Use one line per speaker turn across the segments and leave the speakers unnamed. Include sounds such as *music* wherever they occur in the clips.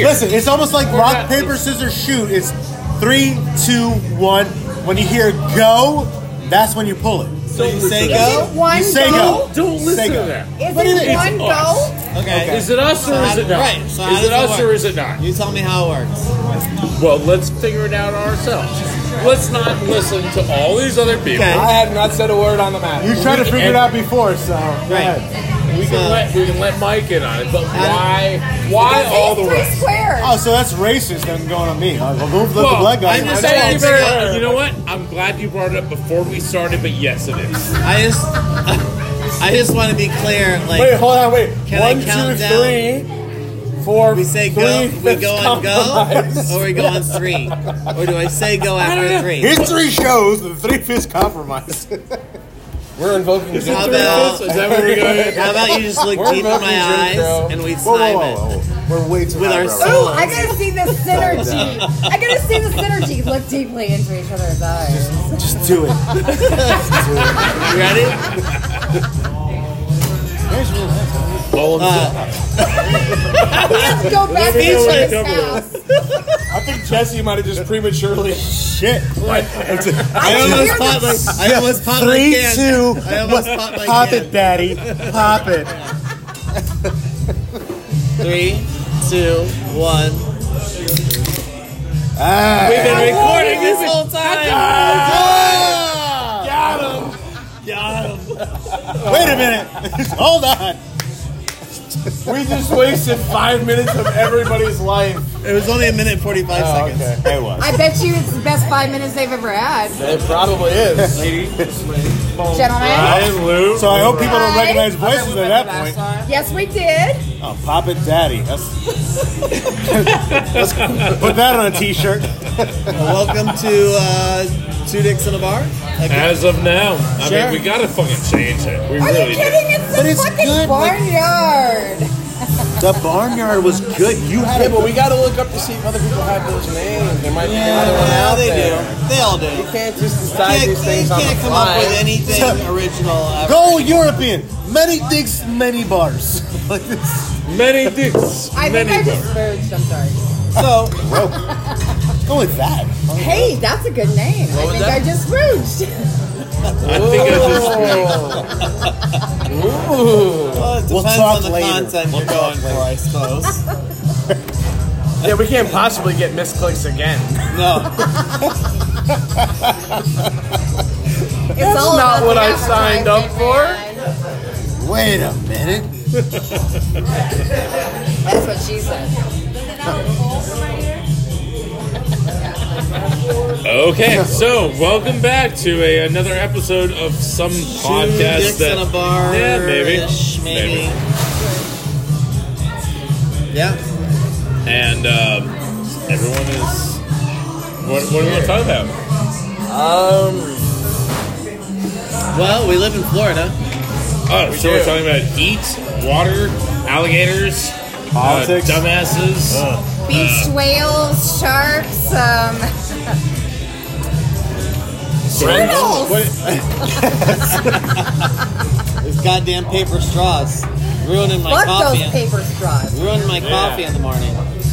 Listen, it's almost like rock, paper, scissors, shoot. It's three, two, one. When you hear go, that's when you pull it.
So you say
go?
it one
Oh, you say
go?
go.
Don't
Say
listen
go.
to that.
Is
What do you
it
mean?
one go?
Okay.
Is it us or is it not?
Right. So how
is it
does
us
work?
or is it not?
You tell me how it works.
Well, let's figure it out ourselves. Let's not listen to all these other people.
I have not said a word on the matter.
You tried to figure it out before, so. Go ahead.
We can
So-
let we can let Mike in on it, but why why all the
It's three
rest?
squares.
Oh, so that's racist. Then going on me. I'll move, let the
Well,
black guy.
I'm
I'm
just
saying
saying
you,
it's
better-
better.
you know what? I'm glad you brought it up before we started, but yes, it is.
I just, *laughs* I just want to be clear. Like
Wait, hold on, wait.
Can I
One,
count
two,
down?
three, four,
we say go,
three,
we
fifth
go on
compromise.
go, or we go on three, or do I say go after three?
History shows the three fist compromise.
We're invoking Jim
How
Crow.
about-
Is that what we're going?
How about you just look
We're
deep in my
milking Jim
eyes
Crow.
and we
whoa, whoa,
slime
whoa,
it?
whoa, whoa. We're way too
With
high,
our
bro.
soul.
Ooh, I gotta see
*laughs*
the synergy. I gotta see the synergy. Look deeply into each other's eyes.
Just do it.
You ready? Uh,
Let's
*laughs*
go back to
Speechless.
his house.
I think Jesse might have just prematurely.
Shit.
*laughs* I
can
almost
hear
popped my, I almost popped my
Three,
can.
two,
I almost popped my
pop
can.
it, daddy. Pop it.
Three, two, one.
Ah.
We've been recording this.
This whole time.
Wait a minute. *laughs* Hold on.
We just wasted five minutes of everybody's life.
It was only a minute and 45 seconds.
It was.
I bet you it's the best five minutes they've ever had,
It probably is.
gentlemen.
Ryan, Lou,
So uh, I hope people don't
Hi.
recognize voices at that point.
Yes, we did.
Oh, Pop It Daddy. That's, let's *laughs* put that on a t shirt.
Well, welcome to uh, Two Dicks in a Bar.
As of now, I
Sure.
mean, we gotta fucking change it. We
Are
really
you kidding? It's
But
the
it's
fucking
good, like-
barnyard.
The barnyard was good. You had
*laughs* Yeah,
a
but we gotta look up to see if other people have those names. There might be another one
Well,
out
they
there.
do. They all do.
You can't just
You
decide
can't,
these
you
things on the
can't come up
fly.
with anything original. Ever.
Go European. Many dicks, many bars. *laughs* like this.
Many dicks.
I think
many
I
bars.
just spooged. I'm sorry.
So,
Bro. Let's go with that.
Hey, that's a good name. I think I just spooged.
I think I just
Oh.
well, it depends
We'll talk
on the
later.
content
We'll
you're going for, I suppose.
Yeah, we can't possibly get misclicks again.
No.
It's all
not
about the
what I signed up
advertisement,
for.
man.
Wait a minute.
That's what she said.
Okay, so welcome back to a, another episode of some
Two
podcast
Dicks
that
in a Bar.
yeah maybe
Maybe. Yeah.
and um, everyone is what, what do we want to talk about?
Um,
Well, we live in Florida.
Oh, so we're talking about eat, water, alligators, uh,
Politics.
dumbasses.
Beached whales, sharks, um, turtles.
These goddamn paper straws ruining my
Fuck
coffee.
those paper straws.
Ruined my coffee in the morning.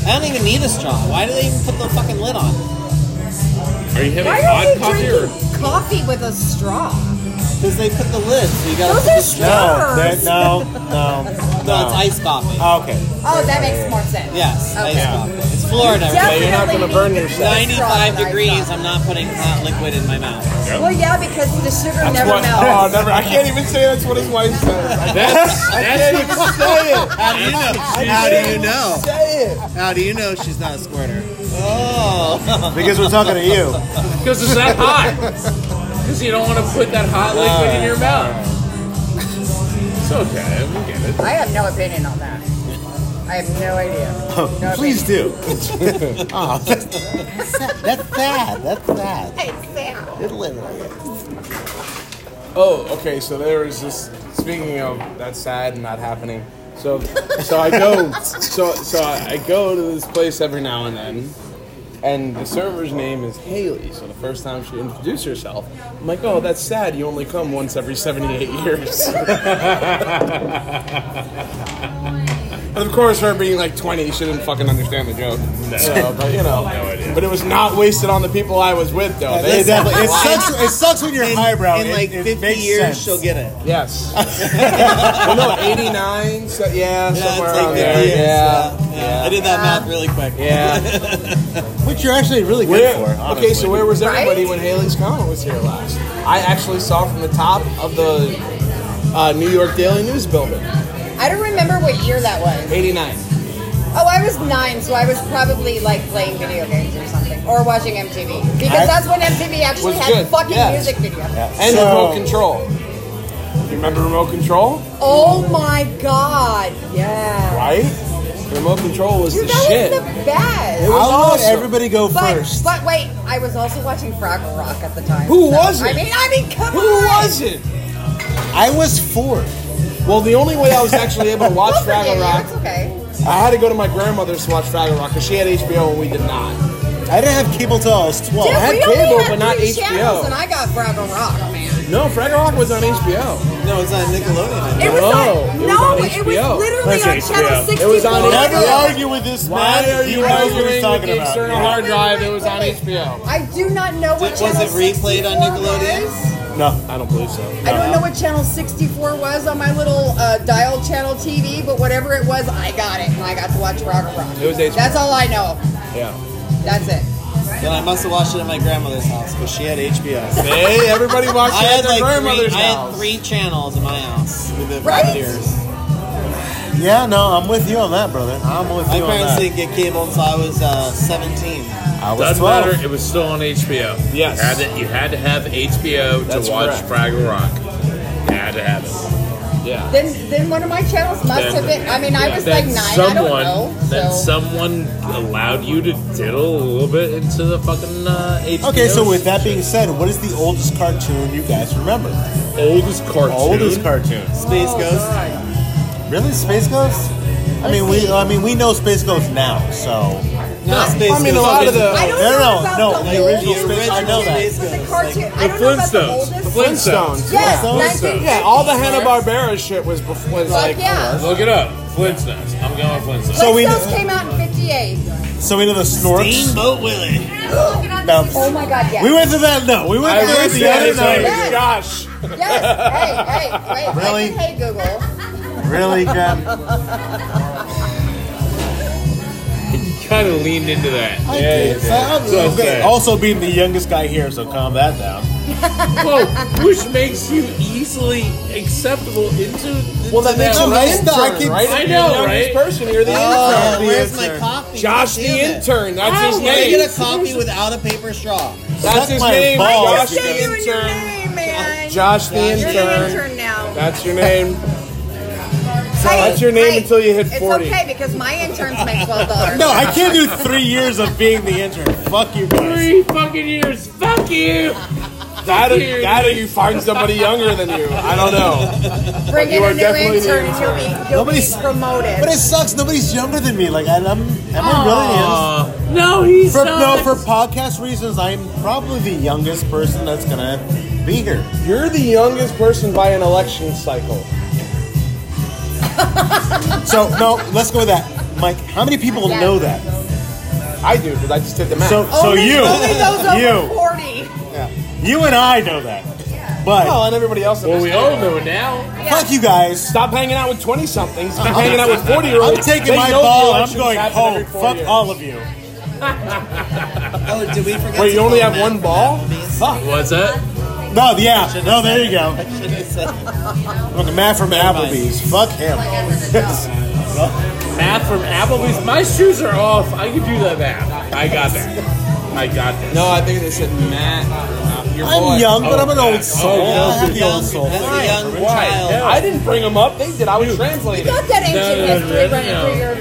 I don't even need a straw. Why do they even put the fucking lid on?
Are you having
Why are
hot
you
coffee or
drinking coffee with a straw?
Because they put the lid, so you gotta
Those
put
are
the straw.
No, that,
straws.
no, no.
No, it's iced coffee.
Okay.
Oh, that makes more sense.
Yes,
Okay.
iced coffee. It's Florida. everybody.
Definitely
you're not gonna
need
burn
the
yourself.
straw
95
with ice
degrees.
on.
I'm not putting hot liquid in my mouth.
Well, yeah, because the sugar never
what, oh,
melts.
never. I can't even say that's what his wife says. I
*laughs*
that's that's
*laughs*
can't even say it.
How do you know? How do you know?
Say it.
How do you know she's not a squirter? Oh,
*laughs* Because we're talking to you.
because it's that *laughs* hot. Because you don't want to put that hot liquid in your mouth. It's okay, we get it.
I have no opinion on that. I have no idea. No
Please *laughs* do. Aw, that's, that's sad. That's sad.
opinion. Hey, Sam.
Oh, okay. So there is this. Speaking of that's sad and not happening. So, so
*laughs*
I go, so so I go to this place every now and then, and the server's name is Haley. So the first time she introduced herself, I'm like, oh, that's sad. You only
*laughs*
come once every 78 years. But of course, her being like 20, she didn't fucking understand the *laughs* joke.
No.
So, but you know,
No idea.
but it was not wasted on the people I was with, though.
Yeah,
They *laughs*
that's-
definitely-
Definitely. It sucks. It sucks when you're
In,
highbrow.
in
It-
like
it
50
makes
years,
sense.
she'll get it.
yes. well, no, 89, so, yeah,
Yeah,
somewhere
it's like
around
50
there.
years.
yeah,
yeah. I did that math really quick.
yeah.
Which you're actually really good
Where,
for.
okay, so
honestly.
where was everybody
Right?
when Haley's Comet was here last? I actually saw from the top of the uh, New York Daily News building,
I don't remember what year that was.
89.
Oh, I was nine, so I was probably like playing video games or something, or watching MTV because
I-
that's when MTV actually
Was
had
good,
fucking
yes.
music video.
And
So-
remote control. You remember remote control?
Oh my god, yeah.
Right? Remote control was
Dude,
the
that
shit.
was the best.
was
I'll let
awesome.
everybody go
But,
first.
but wait, I was also watching Fraggle Rock at the time.
Who was
I
it?
mean, I mean, come
Who
on.
was it?
I was four.
Well, the only way I was actually able
*laughs*
to watch
Well, Virginia,
Fraggle
It's
Rock,
okay.
I had to go to my grandmother's to watch Fraggle Rock because she had HBO and we did not.
I didn't have cable till I was twelve.
Dude,
I Oh, had
we only
cable,
had
but not
three
HBO.
channels, and I got Fraggle Rock, man.
No, Fraggle Rock was on HBO.
No, it's on Nickelodeon.
It was
No,
on,
it was
no,
on
it was
HBO.
literally
That's
on channel
HBO.
64.
It was on HBO.
Never
Yeah.
argue with this man. he knows what he's talking about.
external
Yeah.
hard drive? It was on HBO.
I do not know what
Was
channel
it replayed on
64
Nickelodeon?
was.
No,
I don't believe so.
I don't know what channel 64 was on my little uh, dial channel TV, but whatever it was, I got it, and I got to watch Fraggle Rock.
It was HBO.
That's all I know.
Yeah.
That's it.
Then I must have watched it at my grandmother's house because she had HBO.
Hey, everybody watched
I
it at
had
their
like three,
grandmother's
I had
house.
three channels in my house with the
Right?
Buccaneers.
yeah, no, I'm with you on that, brother. I'm with
My
you on
parents
that.
didn't get cable until I was uh, 17.
I was
Doesn't
twelve.
matter. It was still on HBO.
Yes.
You had to, you had to have HBO
That's
to watch
correct.
Fraggle Rock. You had to have it.
Yeah.
Then, then one of my channels must
Then-
have been. I mean, I was like
Then
nine.
someone,
I don't know.
Then
so.
someone allowed you to diddle a little bit into the fucking uh, HBO.
Okay, so with that being said, what is the oldest cartoon you guys remember?
oldest cartoon.
Oldest cartoon.
Space Ghost.
Really, Space Ghost? I mean, we I mean we know Space Ghost now, so
No, Space
I mean, a
Ghost.
lot of the-
I don't
No,
know
no,
about
no,
the
the original
oldest
Space-
I know that.
cartoons, but The cartoon. I
The
don't know about the
Flintstones.
oldest.
The Flintstones.
Yes,
Yeah.
1950s.
Yeah, all the Hanna Barbera shit was before. Was
Fuck
like,
yeah.
Look it up. Flintstones. I'm going with Flintstones.
So we-
Flintstones came out in '58.
so we know the Snorks.
Steamboat Willie.
Bounce.
Oh my God! Yes.
We went to that. No, we went
I
to that
wish
the
that
other
his name
night.
was Josh.
Yes. Hey, hey, wait.
Really?
Listen, hey, Google.
Really, Graham?
You kind of leaned into
Oh,
that.
I did. So I'm-
So
okay.
sad.
Also, being the youngest guy here, so calm that down.
Whoa, which makes you easily acceptable into.
Well, that makes
No,
you
I
the
didn't- I
intern,
keep-
right?
I
If
know,
you're the youngest
right?
person, you're the
Oh,
the
where's
intern.
my coffee?
intern. Josh the
Damn it.
intern. That's his
How do you
name.
get a coffee without a paper straw?
That's his
my
name.
balls.
Josh
You're
the
You're your
intern.
name, man.
Josh the
You're
You're an
intern.
intern now.
That's your name.
Hey,
that's your name until you hit 40.
It's okay because my interns make twelve
*laughs*
dollars.
No, I can't do three years of being the intern. Fuck you guys.
Three fucking years. Fuck you.
That or,
Weird.
that or you find somebody younger than you. I don't know.
Bring
you
in
are
a new
definitely the
intern and you'll be, you'll be
Nobody's-
promoted.
But it sucks. Nobody's younger than me. Like I, I'm, am I really? young?
Uh, no, he's
For, no,
not.
for podcast reasons, I'm probably the youngest person that's gonna be here.
You're the youngest person by an election cycle.
So no, let's go with that. Mike, how many people
Yeah.
know that?
I do because I just did the math.
So, so
only,
you,
only those over
you,
forty.
you and I know that.
well,
Oh,
But
and everybody else. in
Well,
this
we
table.
all know it now.
fuck you guys.
Stop hanging out with twenty somethings. Stop hanging out with forty year
I'm
olds.
taking my ball. and I'm going home. Fuck all of you.
Oh, did we forget?
Wait,
to
you only
vote
have
Matt
one
for
ball?
Applebee's?
Fuck.
What's that?
No, yeah, no, there you go.
I should have said that.
Look, a man from Applebee's. Fuck him.
Math from Applebee's. My shoes are off. I can do that math. I got that. I got this.
No, I think they said Matt. Your boy.
*laughs* I'm young, but I'm an
Oh,
old soul.
oh,
I have the
Young-
old soul.
That's a young
Why?
child.
I didn't bring him up. They did. I was translating.
Got that ancient
no, no,
history
no,
running
no.
through your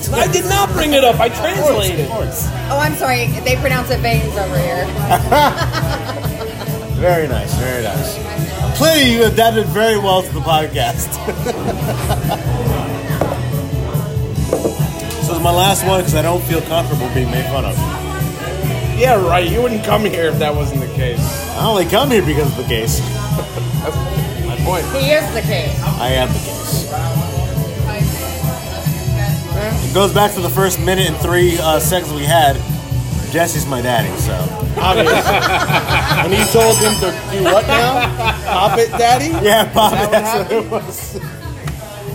veins.
I did not bring it up. I translated.
Oh, I'm sorry. They pronounce it veins over here.
Very nice, very nice. Clearly, you adapted very well to the podcast. *laughs* so it's my last one because I don't feel comfortable being made fun of. I
Yeah, right. You wouldn't come here if that wasn't the case.
only come here because of the case.
That's my point.
He is the king.
I am the case. It goes back to the first minute and three uh, seconds we had. Jesse's my daddy, so
Obviously. and he told him to do what now? Pop it, daddy?
yeah, Bob.
Is that what
That's what
happened?
it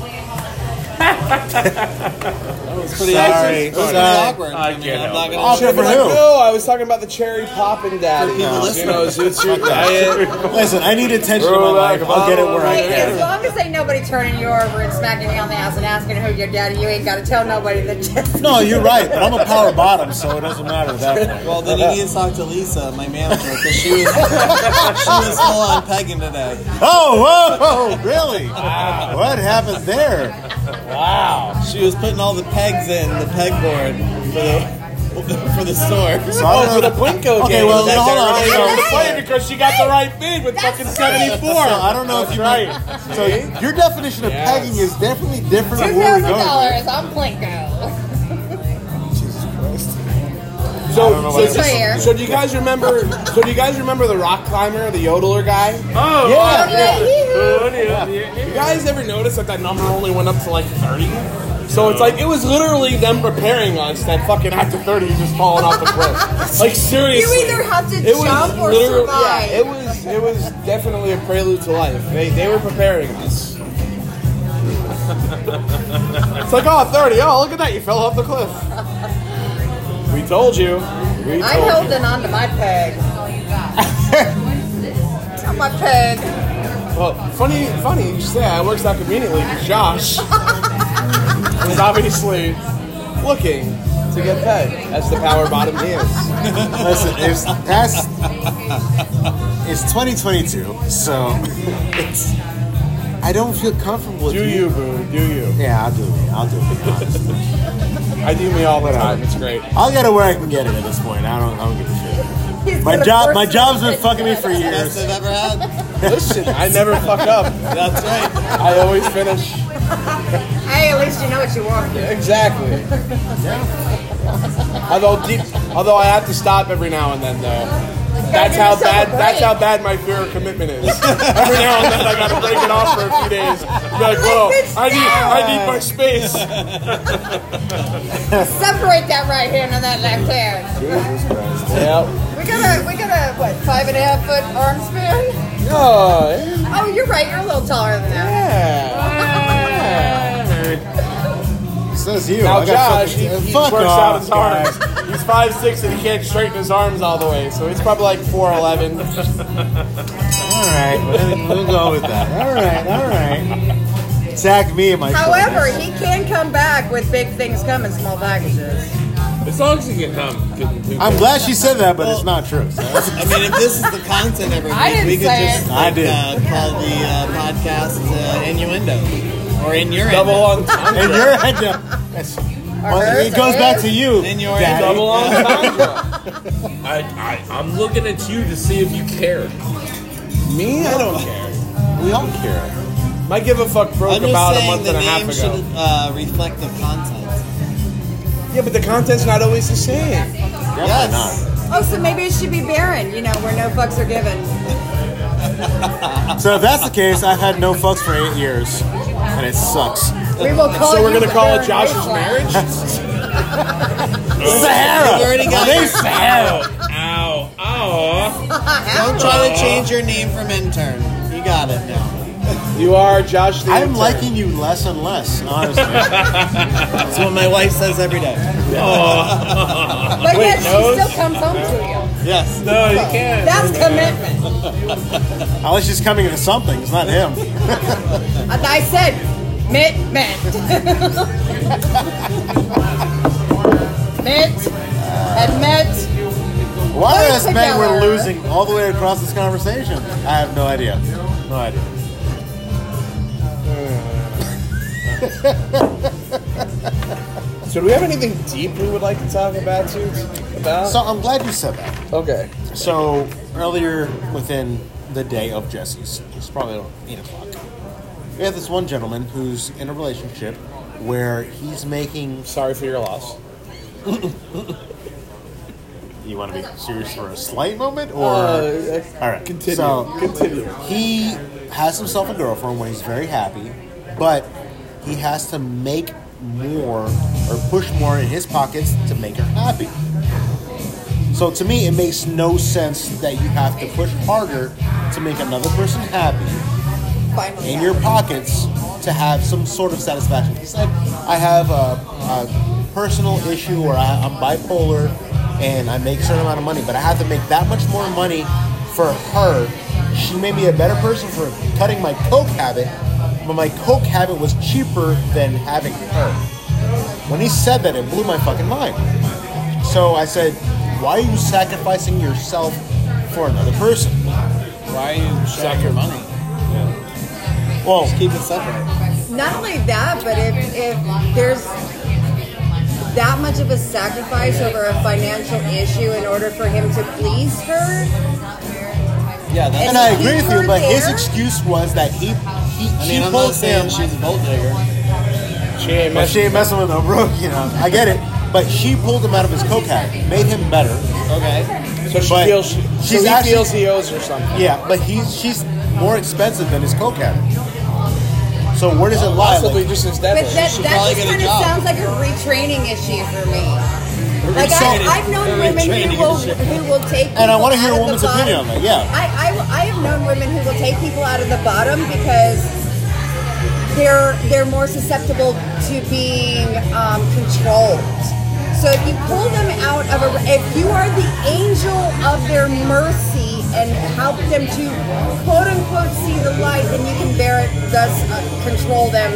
was.
Pretty
Sorry.
It was pretty
Sorry.
awkward.
I
I mean,
can't
I'm
help
not
it.
gonna.
Sure, for
Like,
who?
no, I was talking about the cherry popping daddy.
people
No,
listening.
You know, it's, it's
*laughs*
your diet.
Listen, I need attention in my
Roll
life.
back,
I'll get it where I
Bob.
Hey, as
can.
long as ain't nobody turning you over and smacking you on the ass and asking who your daddy, you ain't got to tell nobody that *laughs* just.
No, you're right, but I'm a power bottom, so it doesn't matter at that point.
Well, then you need to talk to Lisa, my manager, because she was *laughs* she was full on pegging today.
Oh, whoa, whoa, really? What happened there?
She was putting all the pegs in the pegboard for the *laughs* for the store.
So I don't know-
Plinko
Okay, well, no, hold on.
She
hold on.
was playing because she got the right bid with fucking 74.
So I don't know if you
right.
So your definition of
Yes.
pegging is definitely different
Two
than where we're going.
thousand dollars. I'm Plinko.
So, so,
that
so,
is.
so do you guys remember? So do you guys remember the rock climber, the yodeler guy?
Oh,
*laughs*
Yeah.
yeah.
You guys ever notice that that number only went up to like 30? So it's like it was literally them preparing us that fucking after 30 you just falling off the cliff. Like seriously.
You either have to
It was
jump or
literally-
survive.
Yeah, it was it was definitely a prelude to life. They they were preparing us. it's like oh 30, oh look at that, you fell off the cliff. We told you. We told
I'm
you.
holding on to my peg. on my peg.
Well, funny, funny you should say. I works out conveniently. Josh was obviously looking to get fed as the power bottom he is.
Listen, it's that's it's 2022, so *laughs* it's I don't feel comfortable with
Do you, boo? Do you?
Yeah, I'll do it. I'll do it.
I do me all the time. It's great.
I'll get it where I can get it at this point. I don't. I don't give a
He's
shit. My
gonna
job.
burst
My job's been
his
fucking me
head.
for
Best
years.
they've ever had.
Listen, I never fuck up.
That's right.
I always finish.
Hey, at least you know what you want.
Exactly. Although deep, although I have to stop every now and then though. That's how bad. That's how bad my fear of commitment is. *laughs* Every now and then I gotta break it off for a few days. Be like, whoa, I need, I need my space.
Separate that right hand and that left hand.
Yep.
We got a, we got a what, five and a half foot arm span?
Oh,
Oh, you're right. You're a little taller than that.
yeah.
Says you.
Now
I got
Josh, he,
fucking-
he
fuck
works out
off,
his
guys.
arms. He's five six and he can't straighten his arms all the way, so he's probably like four eleven.
All right, we'll- we'll go with that. All right, all right. Zach, me and my.
However, he can come back with big things come in small packages.
As long as you can hum. can do
I'm
good.
glad she said that, but it's not true. so.
I mean, if this is the content every week,
*laughs* I
we
didn't
could
say
just
it.
I
like,
did.
uh, call the uh, podcast uh, innuendo or in your
Double on
And you're at the. Well, it goes back to you.
In your
Daddy.
double on
I, I, I'm looking at you to see if you care.
Me, I don't care.
We all care.
My give a fuck broke
I'm just
about a
saying
month
the
and a half
name
ago.
should uh, reflect the content.
Yeah, but the content's not always the same.
yes.
Oh, so maybe it should be Baron, you know, where no fucks are given.
So if that's the case, I've had no fucks for eight years, and it sucks.
*laughs*
We will call
So we're
you
gonna
the
call
Baron
it Josh's
Mayflower.
marriage.
Sahara.
We've already got
They
it.
Sahara.
Ow, ow.
Don't try to change your name from intern. You got it now.
You are Josh. The
I'm
intern.
liking you less and less, honestly.
That's what my wife says every day.
But yet she
no.
still comes home to you.
Yes.
No, you can't.
That's commitment.
Unless she's coming into something, it's not him.
As I said, commitment. *laughs* Mint and met.
Why
Put it
are us men we're
together.
losing all the way across this conversation? I have no idea. No idea.
So do we have anything deep we would like to talk about, dudes? About?
So I'm glad you said that.
okay.
So earlier within the day of Jesse's, it's probably around eight o'clock. We have this one gentleman who's in a relationship where he's making.
Sorry for your loss.
You want to be serious for a slight moment, or
Uh,
all right?
Continue.
So
Continue.
he has himself a girlfriend when he's very happy, but he has to make more or push more in his pockets to make her happy. So to me, it makes no sense that you have to push harder to make another person happy
Finally,
in
out.
your pockets to have some sort of satisfaction. He said, I have a, a personal issue or I, I'm bipolar and I make a certain amount of money, but I have to make that much more money for her. She made me a better person for cutting my Coke habit, but my Coke habit was cheaper than having her. When he said that, it blew my fucking mind. So I said, Why are you sacrificing yourself for another person?
Why you suck your money?
Well,
Keep it separate.
not only that, but if, if there's that much of a sacrifice over a financial issue in order for him to please her,
Yeah, that's.
And I
If
agree
you
with you,
were
but his
there-
excuse was that he he
I
she
mean, I'm not
pulled
saying
him.
she's a vote digger.
She ain't
But
messing.
she ain't messing with him, bro. *laughs* You know, I get it. But she pulled him out of his coke habit, made him better.
Okay.
So she
but
feels she,
she's
so he
actually-
feels he owes her something.
Yeah, but he's she's more expensive than his coke habit. So where does it lie?
Possibly
Like,
just his
but
debt.
that,
should
that
probably
just
get a
kind of
job.
sounds like a retraining issue for me. Like
Retraining.
I, I've known women who
Retraining
will
issue.
who will take
and I
people
want to hear a
out of the
woman's
bottom.
opinion on that. Yeah,
I, I, I have known women who will take people out of the bottom because they're they're more susceptible to being um, controlled. So if you pull them out of a, if you are the angel of their mercy and help them to quote unquote see the light, then you can bear it, thus uh, control them,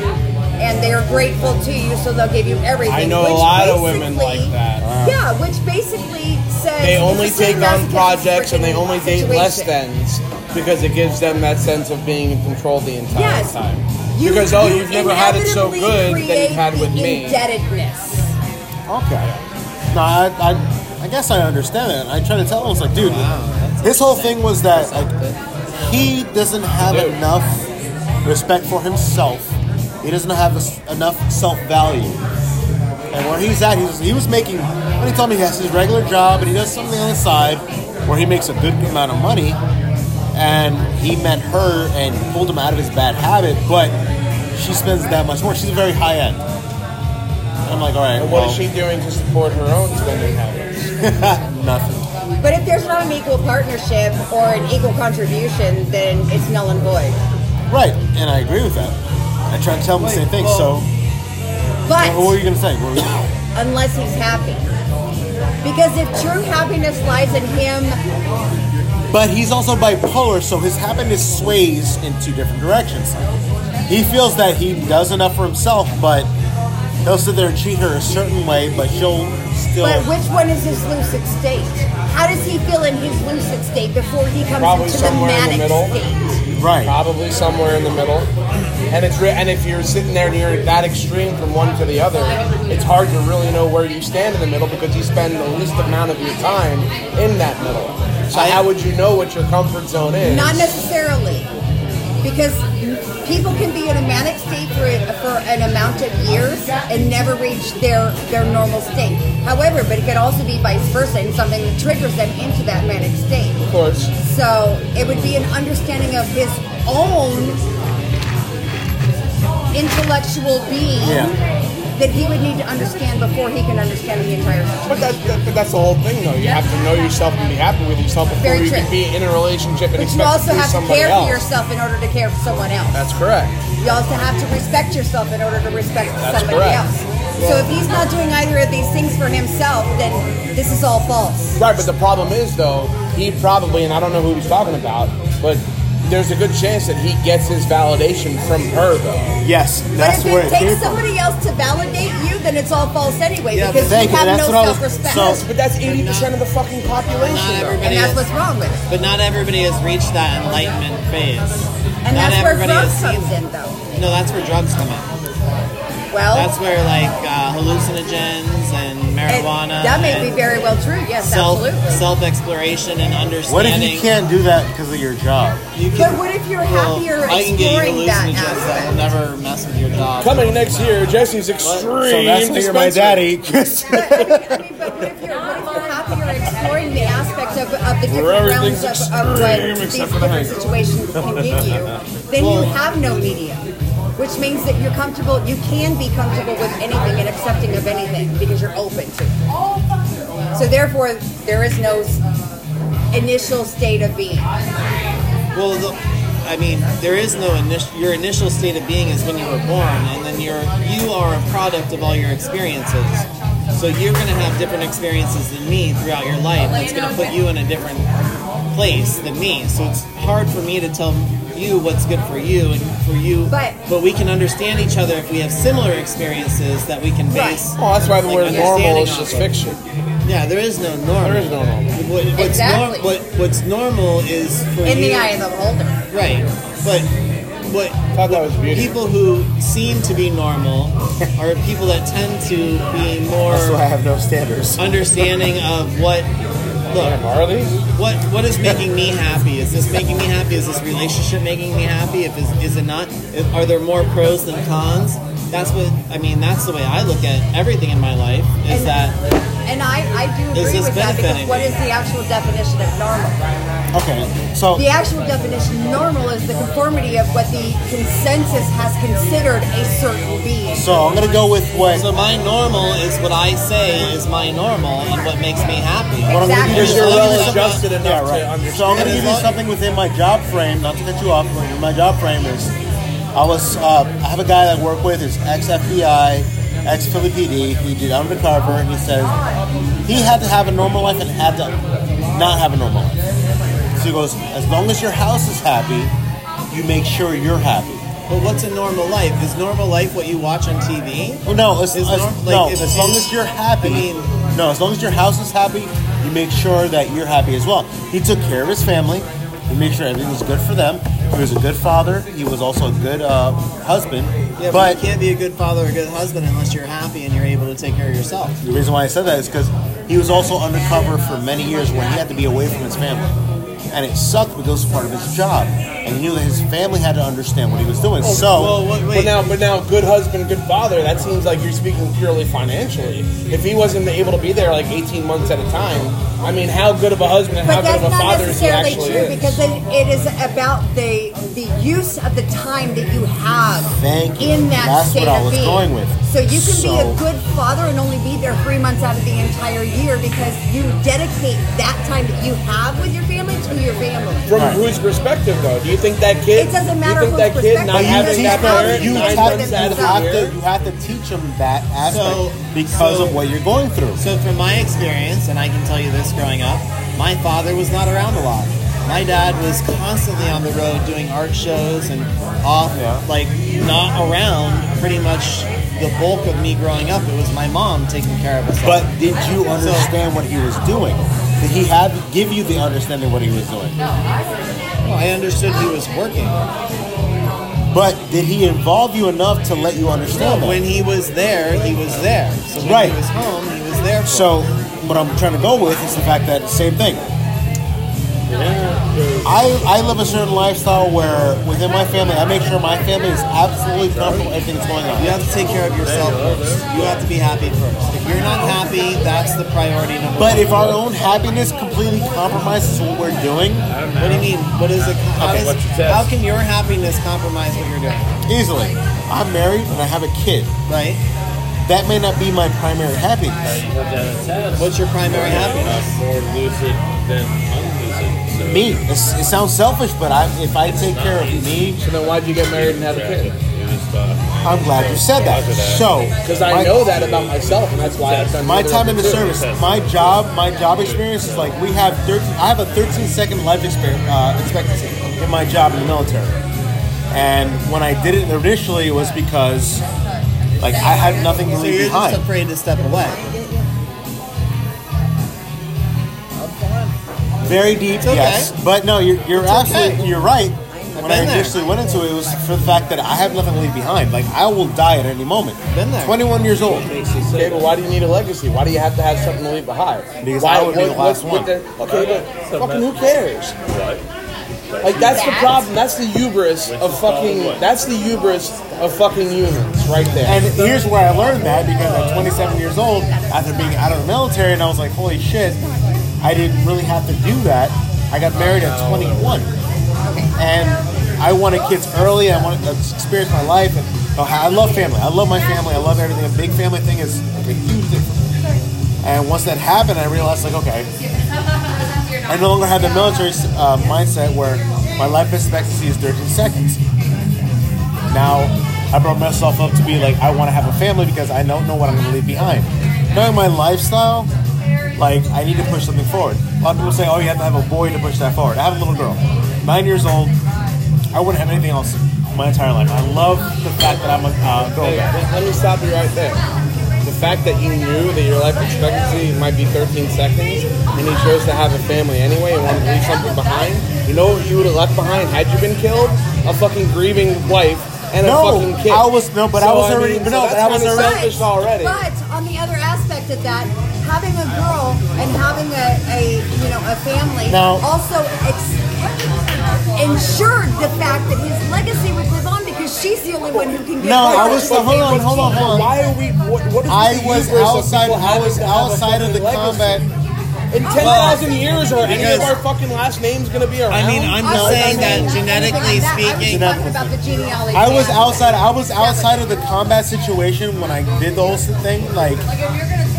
and they are grateful to you, so they'll give you everything.
I know a
which
lot of women
basically-
like that.
Yeah, which basically says
They
you're
only
just
take
a
on
masochist
projects and they
freaking
only date less
situation.
thans because it gives them that sense of being in control the entire
Yes.
time.
You-
because oh,
you
you've never had it so
inevitably
good than you've
create
had with
the
me.
Indebtedness.
okay. No, I, I I guess I understand that. I try to tell him, it's like, dude, his whole thing was that like he doesn't have
Dude.
enough respect for himself. He doesn't have es- enough self value. And where he's at, he was, he was making. When he told me he has his regular job and he does something on the side where he makes a good amount of money, and he met her and pulled him out of his bad habit, but she spends that much more. She's very high end. I'm like, all right.
And what
well,
is she doing to support her own spending habits?
Nothing.
But if there's not an equal partnership or an equal contribution, then it's null and void.
Right, and I agree with that. I try to tell him the same thing. so, what were
But
you gonna say? What were you-
unless he's happy. Because if true happiness lies in him,
But he's also bipolar, so his happiness sways in two different directions. He feels that he does enough for himself, but he'll sit there and treat her a certain way, but she'll still.
but which one is his lucid state? How does he feel in his lucid state before he comes
Probably
into the
somewhere in
manic
the middle.
state?
right.
Probably somewhere in the middle. And it's re- and if you're sitting there and you're that extreme from one to the other, it's hard to really know where you stand in the middle because you spend the least amount of your time in that middle. So how would you know what your comfort zone is?
Not necessarily. Because people can be in a manic state for, for an amount of years and never reach their, their normal state. However, but it could also be vice versa and something that triggers them into that manic state.
Of course.
So it would be an understanding of his own intellectual being
Yeah.
that he would need to understand before he can understand the entire situation.
But that, that, but that's the whole thing, though. You have to know yourself and be happy with yourself before
Very
you
true.
can be in a relationship and
But you
expect
also
to please
have to
somebody
care
else.
for yourself in order to care for someone else.
That's correct.
You also have to respect yourself in order to respect
That's
somebody
correct.
else. So if he's not doing either of these things for himself, then this is all false.
Right, but the problem is though, he probably and I don't know who he's talking about, but there's a good chance that he gets his validation from her though.
Yes, that's
but if
where
it
it
takes
came from.
somebody else to validate you, then it's all false anyway
Yeah,
because
thank
you
you,
have
that's
no
what I was-
self-respect.
so-
But that's eighty percent of the fucking population.
Not
Though.
everybody
and that's
is-
what's wrong with it.
But not everybody has reached that enlightenment phase.
And
not
that's where
everybody
drugs Oh.
has seen.
comes in, though.
No, that's where drugs come in.
Well,
That's where like uh, hallucinogens and
it-
marijuana.
that may
and
be very well true. Yes,
self
absolutely.
self exploration and understanding.
What if you can't do that because of your job?
You
but what if you're
well,
happier
I can get you
exploring that
hallucinogens that will
aspect?
never mess with your job.
Coming next year, Jesse's extreme.
So that's where you're my
dispenser.
daddy. *laughs*
But, I mean, I mean, but what if you're, what if you're happier exploring the aspect of, of the
Where
different realms
everything's
of, of what
extreme
these
except for the
different
hangover.
situations can give you? Then you have no medium. which means that you're comfortable. You can be comfortable with anything and accepting of anything because you're open to. It. So therefore, there is no s- initial state of being.
Well, the, I mean, there is no initial. Your initial state of being is when you were born, and then you're you are a product of all your experiences. So you're going to have different experiences than me throughout your life. That's going to put you in a different place than me. So it's hard for me to tell you what's good for you and for you.
But-
but we can understand each other if we have similar experiences that we can base.
Well, Oh, that's why the
Like
word normal
understanding
is just
of it.
fiction.
Yeah, there is no normal.
There is no normal.
What, what's
Exactly.
nor- what, what's normal is for
In
you.
the eye of the beholder.
Right, but what
I thought that was beautiful.
people who seem to be
*laughs*
normal are people that tend to be
That's why I
more
have no standards.
understanding of what look
Are these?
what what is making me happy is this making me happy is this relationship making me happy if is, is it not If- are there more pros than cons that's what i mean that's the way i look at everything in my life is
And-
that
And I, I do
Is
agree
this
with that because
benefiting
what
me?
is the actual definition of normal?
Okay, so
The actual definition normal is the conformity of what the consensus has considered a certain being.
so I'm gonna go with what
so my normal is what i say is my normal and what makes me happy
What I'm gonna give
Exactly.
you
Because
is
you're
I'm gonna
well
give you
adjusted
something-
enough
yeah,
to
right.
understand
So I'm gonna
it.
give you something within my job frame, not to cut you off, but within my job frame is I was uh, I have a guy that I work with, is ex FBI, ex Philly PD, he did undercover and he says he had to have a normal life and had to not have a normal life. So he goes, as long as your house is happy, you make sure you're happy.
But what's a normal life? Is normal life what you watch on TV?
Well, Oh, no, as,
Is
as-
norm- like,
no,
if-
as long as you're happy.
I mean-
no, as long as your house is happy, you make sure that you're happy as well. He took care of his family. He made sure everything was good for them. He was a good father. He was also a good uh, husband.
Yeah, but,
but
you can't be a good father or a good husband unless you're happy and you're able to take care of yourself.
the reason why I said that is because he was also undercover for many years where he had to be away from his family. And it sucked because it was part of his job. And he knew that his family had to understand what he was doing. so,
Oh, Well, what,
But
wait,
now, but now, good husband, good father. That seems like you're speaking purely financially. If he wasn't able to be there like 18 months at a time, I mean, how good of a husband and
But
how good
that's
of a
not
father is he
necessarily
actually?
true
is?
because it, it is about the the use of the time that you have
Thank you.
in that
That's
state
what I
of
was
being.
going with.
So you can be
So-
a good father and only be there three months out of the entire year because you dedicate that time that you have with your family to your family.
From
Right.
whose perspective, though? Do you think that kid?
It doesn't
do
matter
You think
whose
that kid not
But
perspective,
having
you
that
teach them,
parent
you
nine
have,
months
to,
out of
you,
the
have
year?
to, you have to teach them that aspect
So-
because
so-
of what you're going through.
so from my experience, and I can tell you this growing up, my father was not around a lot. My dad was constantly on the road doing art shows and off,
Yeah.
like not around pretty much the bulk of me growing up. It was my mom taking care of us. all.
But did you understand what he was doing? Did he have give you the understanding what he was doing?
Well, I understood he was working.
But did he involve you enough to let you understand
No,
that?
when he was there, he was there. So when
Right.
he was home, he was there. For
So, what I'm trying to go with is the fact that same thing. I, I live a certain lifestyle where within my family, I make sure my family is absolutely comfortable with everything that's going on.
You have to take care of yourself first. You have to be happy first. If you're not happy, that's the priority number
But
one.
if our own happiness completely compromises what we're doing,
what do you mean? What is it? How,
Okay,
does-
what's your test?
how can your happiness compromise what you're doing?
easily, I'm married and I have a kid.
Right?
That may not be my primary happiness.
You have that on test.
What's your primary happiness?
I'm more lucid than unlucid. So
Me, it's, it sounds selfish, but I, if I take care of me,
So then, why'd you get married and have a kid?
It was tough.
I'm glad you said that. So,
Because I
my-
know that about myself, and that's why I've done
My
neither
time in
of
the
two.
service, my job, my job experience is like we have 13. I have a 13 second life exper- uh, expectancy in my job in the military. And when I did it initially, it was because like I had nothing to
So
leave
you're just
behind.
afraid to step away.
Very deep,
okay.
yes. But no, you're, you're
It's okay.
absolutely you're right. When I
been there.
initially went into it, it was for the fact that I have nothing to leave behind. Like I will die at any moment.
Been there.
21 years old.
Okay, but why do you need a legacy? Why do you have to have something to leave behind?
Because
why,
I would be the last
what-
one.
okay, but fucking who cares? Like that's the problem. That's the hubris of fucking. That's the hubris of fucking humans, right there.
And here's where I learned that because at 27 years old, after being out of the military, and I was like, holy shit, I didn't really have to do that. I got married at 21. And I wanted kids early. I wanted to experience my life. And oh, I love family. I love my family. I love everything. A big family thing is like a huge thing. for me. And once that happened, I realized like, okay, I no longer have the military uh, mindset where my life expectancy is 13 seconds. Now, I brought myself up to be like, I want to have a family because I don't know what I'm going to leave behind. Knowing my lifestyle, like, I need to push something forward. A lot of people say, oh, you have to have a boy to push that forward. I have a little girl, nine years old. I wouldn't have anything else my entire life. I love the fact that I'm a uh, girl
Hey,
dad.
let- let me stop you right there. The fact that you knew that your life expectancy might be 13 seconds, and you chose to have a family anyway and wanted to leave something behind, you know what you would have left behind had you been killed? A fucking grieving wife and a
No,
fucking kid.
I was- no, but I was already-
mean,
but
so
no,
that's
but I was
kinda
already-
selfish already.
But on the other aspect of that, having a girl and having a, a you know a family
Now-
also ex- ensured the fact that his legacy would live on because she's the only one who can get.
No,
back
I
to
was
the
the- hold on, hold on, hold on.
Why are we? What, what is
I
the
was
hubris of
outside.
people
I was
having to have a
outside of the
fucking legacy?
combat.
In 10,000 years, are any of
Because-
our fucking last names gonna be around?
I mean, I'm just
I wasn't
saying that
saying
genetically
anything like that.
speaking,
I was talking about the genealogy.
I was
Yeah.
outside. I was outside of the combat situation when I did the whole thing. Like,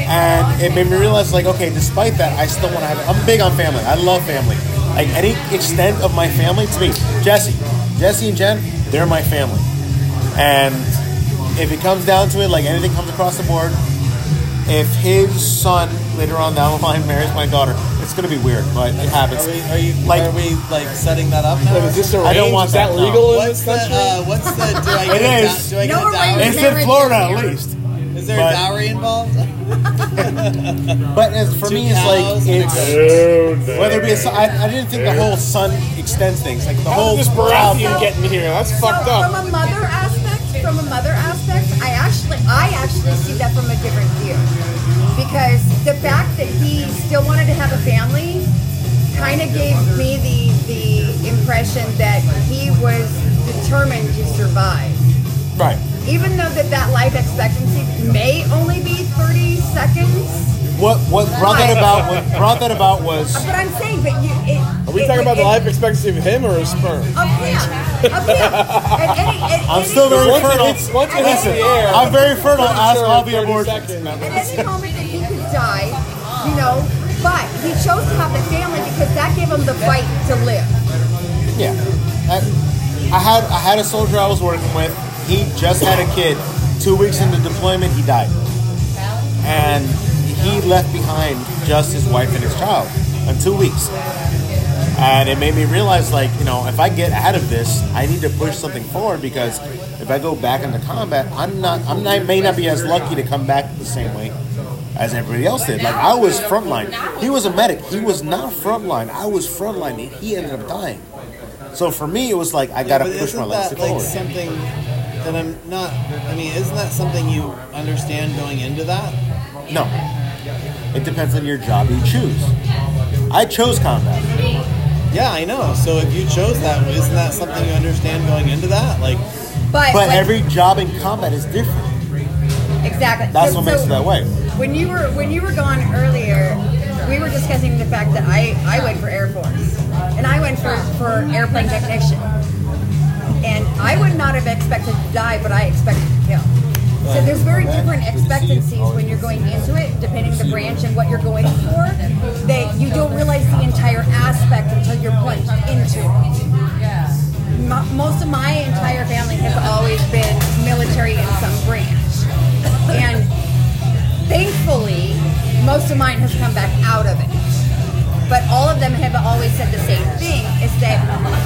and it made me realize, like, okay, despite that, I still want to have. I'm big on family. I love family. Like any extent of my family to me, Jesse, Jesse and Jen, they're my family. And if it comes down to it, like anything comes across the board, if his son later on down the line marries my daughter, it's gonna be weird, but it happens.
Are we, are you,
Like-
are we like setting that up
Like,
now?
is this arranged?
I don't want
is that,
that, no.
legal in
What's
this
the,
country?
uh, what's the, do *laughs* I get
It
a
is.
do- do I get
No
a dowry?
arranged
It's in
marriage
Florida
is
at
here.
least.
Is there
but-
a dowry *laughs* involved?
But as for
Two
me, it's
cows
like
and a
it's. Whether it be a son, I, I didn't think the whole son extends things. Like the
How
whole um,
did this Baratheon get in here? That's
So
fucked up.
from a mother aspect, from a mother aspect, I actually I actually see that from a different view because the fact that he still wanted to have a family kind of gave me the the impression that he was determined to survive.
right.
Even though that, that life expectancy may only be 30 seconds,
What what brought that about? What brought that about was
but I'm saying, but you, it,
Are we
it-
talking about the
it-
life expectancy of him or his sperm?
Of him,
*laughs*
of him. At any- at
I'm
any
still very
Once it
fertile.
hits- once it
hits the
air,
I'm very fertile. Ask
Sure,
all the
30
abortions.
seconds.
At any moment that he could die, you know, but he chose to have the family because that gave him the fight to live.
Yeah. I, I had I had a soldier I was working with. He just had a kid. Two weeks into deployment, he died, and he left behind just his wife and his child in two weeks. And it made me realize, like, you know, if I get out of this, I need to push something forward because if I go back into combat, I'm not, I'm not, I may not be as lucky to come back the same way as everybody else did. Like, I was frontline. He was a medic. He was not frontline. I was frontline, and he ended up dying. So for me, it was like I gotta
But
push my
isn't
legacy
that like
forward.
something that I'm not? I mean, isn't that something you understand going into that?
No, it depends on your job you choose. I chose combat.
Yeah, I know. So if you chose that, isn't that something you understand going into that? Like,
But,
But
when-
every job in combat is different.
exactly
That's
So-
what makes it
so
that way.
When you were when you were gone earlier, we were discussing the fact that I I went for Air Force and I went for for airplane technician, and I would not have expected to die, but I expected to kill. So there's very different expectancies when you're going into it, depending on the branch and what you're going for. That you don't realize the entire aspect until you're plunged into it. Mo- most of my entire family has always been military in some branch. And thankfully, most of mine has come back out of it. But all of them have always said the same thing is that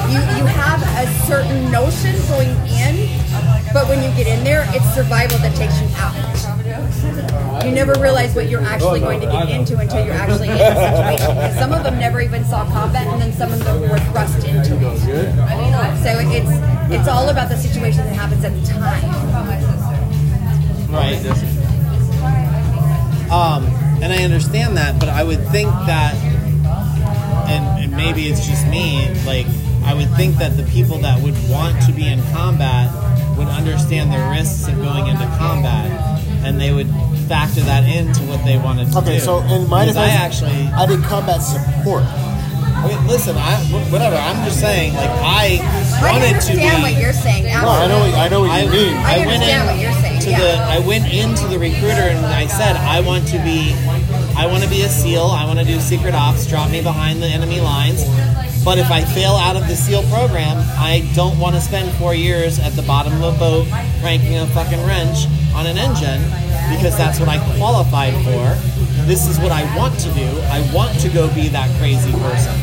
you, you have a certain notion going in, but when you get in there, it's survival that takes you out. You never realize what you're actually going to get into until you're actually in the situation. Because some of them never even saw combat, and then some of them were thrust into it. So it's it's all about the situation that happens at the time.
right? Um, and I understand that, but I would think that, and, and maybe it's just me. Like, I would think that the people that would want to be in combat would understand the risks of going into combat, and they would factor that into what they wanted to do.
Okay, so in my
Because
defense,
I actually
I did combat support.
Wait, listen, I wh- whatever. I'm just saying, like I
I
wanted to be.
understand what you're saying.
No, I know. I know what
I,
you mean.
I went
understand
in
what you're saying,
to
yeah.
the. I went into the recruiter and I said, I want to be, I want to be a SEAL. I want to do secret ops. Drop me behind the enemy lines. But if I fail out of the SEAL program, I don't want to spend four years at the bottom of a boat cranking a fucking wrench on an engine because that's what I qualified for. This is what I want to do. I want to go be that crazy person.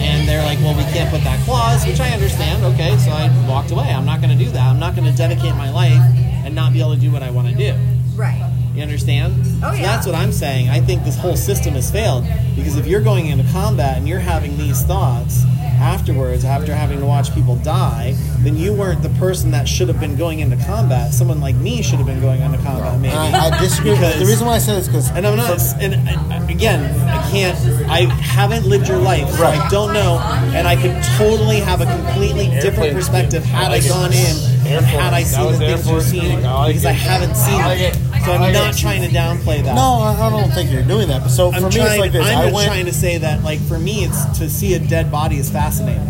And they're like, well, we can't put that clause, which I understand. Okay, so I walked away. I'm not going to do that. I'm not going to dedicate my life and not be able to do what I want to do.
Right.
You understand?
Oh,
So
yeah.
that's what I'm saying. I think this whole system has failed because if you're going into combat and you're having these thoughts afterwards, after having to watch people die, then you weren't the person that should have been going into combat. Someone like me should have been going into combat, maybe.
And I, I disagree.
Because-
the reason why I said this because
And I'm not. And I- I- again, I can't. I haven't lived your life, so I
Right.
don't know. And I could totally have a completely different
Airplane.
perspective had I,
like it.
gone in
Air
and had
Force.
I
That
seen the
was Air
things you're
Force
seeing
speak. I like
because
it.
I haven't seen
I like
it.
it.
So
I
I'm
like
not
it.
trying to downplay that.
no, I I don't think you're doing that. But so for
I'm
me,
trying.
it's like this.
I'm
I
just
went.
trying to say that, like, for me, it's to see a dead body is fascinating.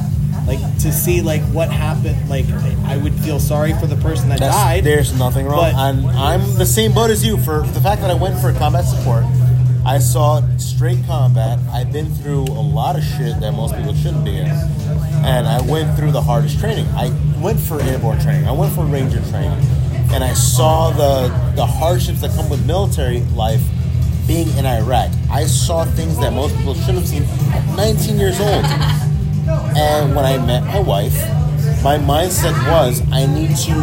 Like to see like what happened. Like I I would feel sorry for the person that
That's-
died.
There's nothing wrong.
But-
And I'm the same boat as you for the fact that I went for combat support. I saw straight combat. I've been through a lot of shit that most people shouldn't be in. And I went through the hardest training. I went for airborne training. I went for ranger training. And I saw the the hardships that come with military life being in Iraq. I saw things that most people should have seen at 19 years old. And when I met my wife, my mindset was I need to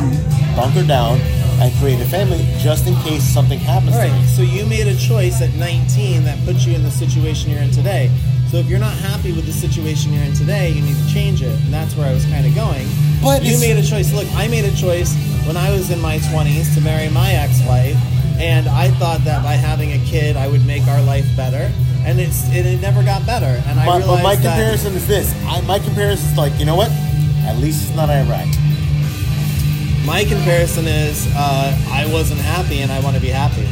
bunker down and create a family just in case something happens
All
to
right.
me.
So you made a choice at 19 that put you in the situation you're in today. So if you're not happy with the situation you're in today, you need to change it, and that's where I was kind of going.
But
you
it's-
made a choice. Look, I made a choice when I was in my 20s to marry my ex-wife, and I thought that by having a kid, I would make our life better, and it's it, it never got better. And I
My,
realized
but my
that-
comparison is this. I, my comparison is like, you know what? At least it's not Iraq.
my comparison is uh, I wasn't happy, and I want to be happy.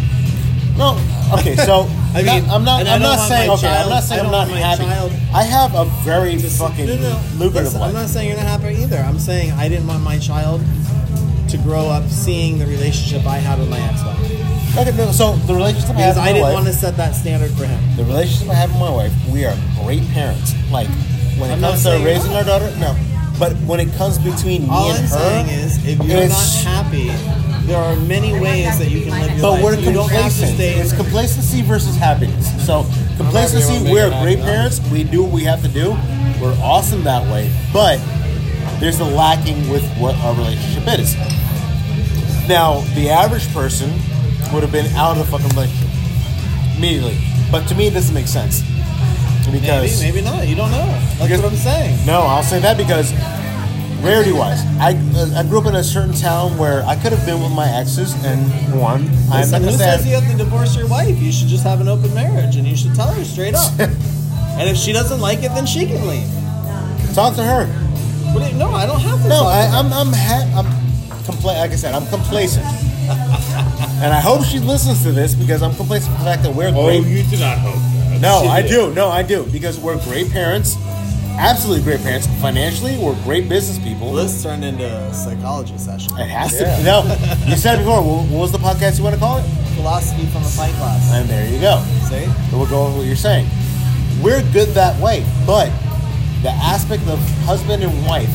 No. Okay, so
*laughs* I mean,
I'm not.
and I
I'm
don't
not
want
saying.
my
Okay, I'm
child-
not saying
I
I'm
don't
not
want my
happy.
child
I have a very
Just-
fucking
no, no.
lucrative
Listen,
life.
I'm not saying you're not happy either. I'm saying I didn't want my child to grow up seeing the relationship I had with my ex-wife
okay, no, so the relationship I have
because
with
I
my
didn't
wife-
want to set that standard for him.
the relationship I have with my wife, we are great parents. Like when it
I'm not
comes to
saying
raising
you're
our daughter, no. But when it comes between me
All
and
I'm
her,
saying is, if you're
it's-
not happy, there are many ways that you can live your
but
life.
we're
you don't have to
complacent.
stay.
It's complacency versus happiness. So
I'm
complacency,
happy
we're
I'm
great
happy.
parents. We do what we have to do. We're awesome that way. But there's a lacking with what our relationship is. Now, the average person would have been out of the fucking relationship immediately. But to me, it doesn't make sense
maybe,
because
maybe not. You don't know. That's
Because-
what I'm saying.
No, I'll say that because rarity wise, I uh, I grew up in a certain town where I could have been with my exes, and one, I'm
Listen,
not
who
gonna
says you
say.
have to divorce your wife? You should just have an open marriage, and you should tell her straight
*laughs*
up. and if she doesn't like it, then she can leave.
Talk to her.
What do you- no, I don't have to.
No,
talk to
I,
her.
I'm I'm ha- I'm compla- Like I said, I'm complacent, *laughs* and I hope she listens to this because I'm complacent for the fact that we're
Oh,
great.
you do not hope that.
No,
Shit.
I do. No, I do because we're great parents. Absolutely great parents. Financially, we're great business people.
Well, this turned into a psychology session.
It has to. No, you said it before. What what was the podcast you want to call it?
Philosophy from a pint glass.
And there you go.
See?
And we'll go over what you're saying. We're good that way, but the aspect of husband and wife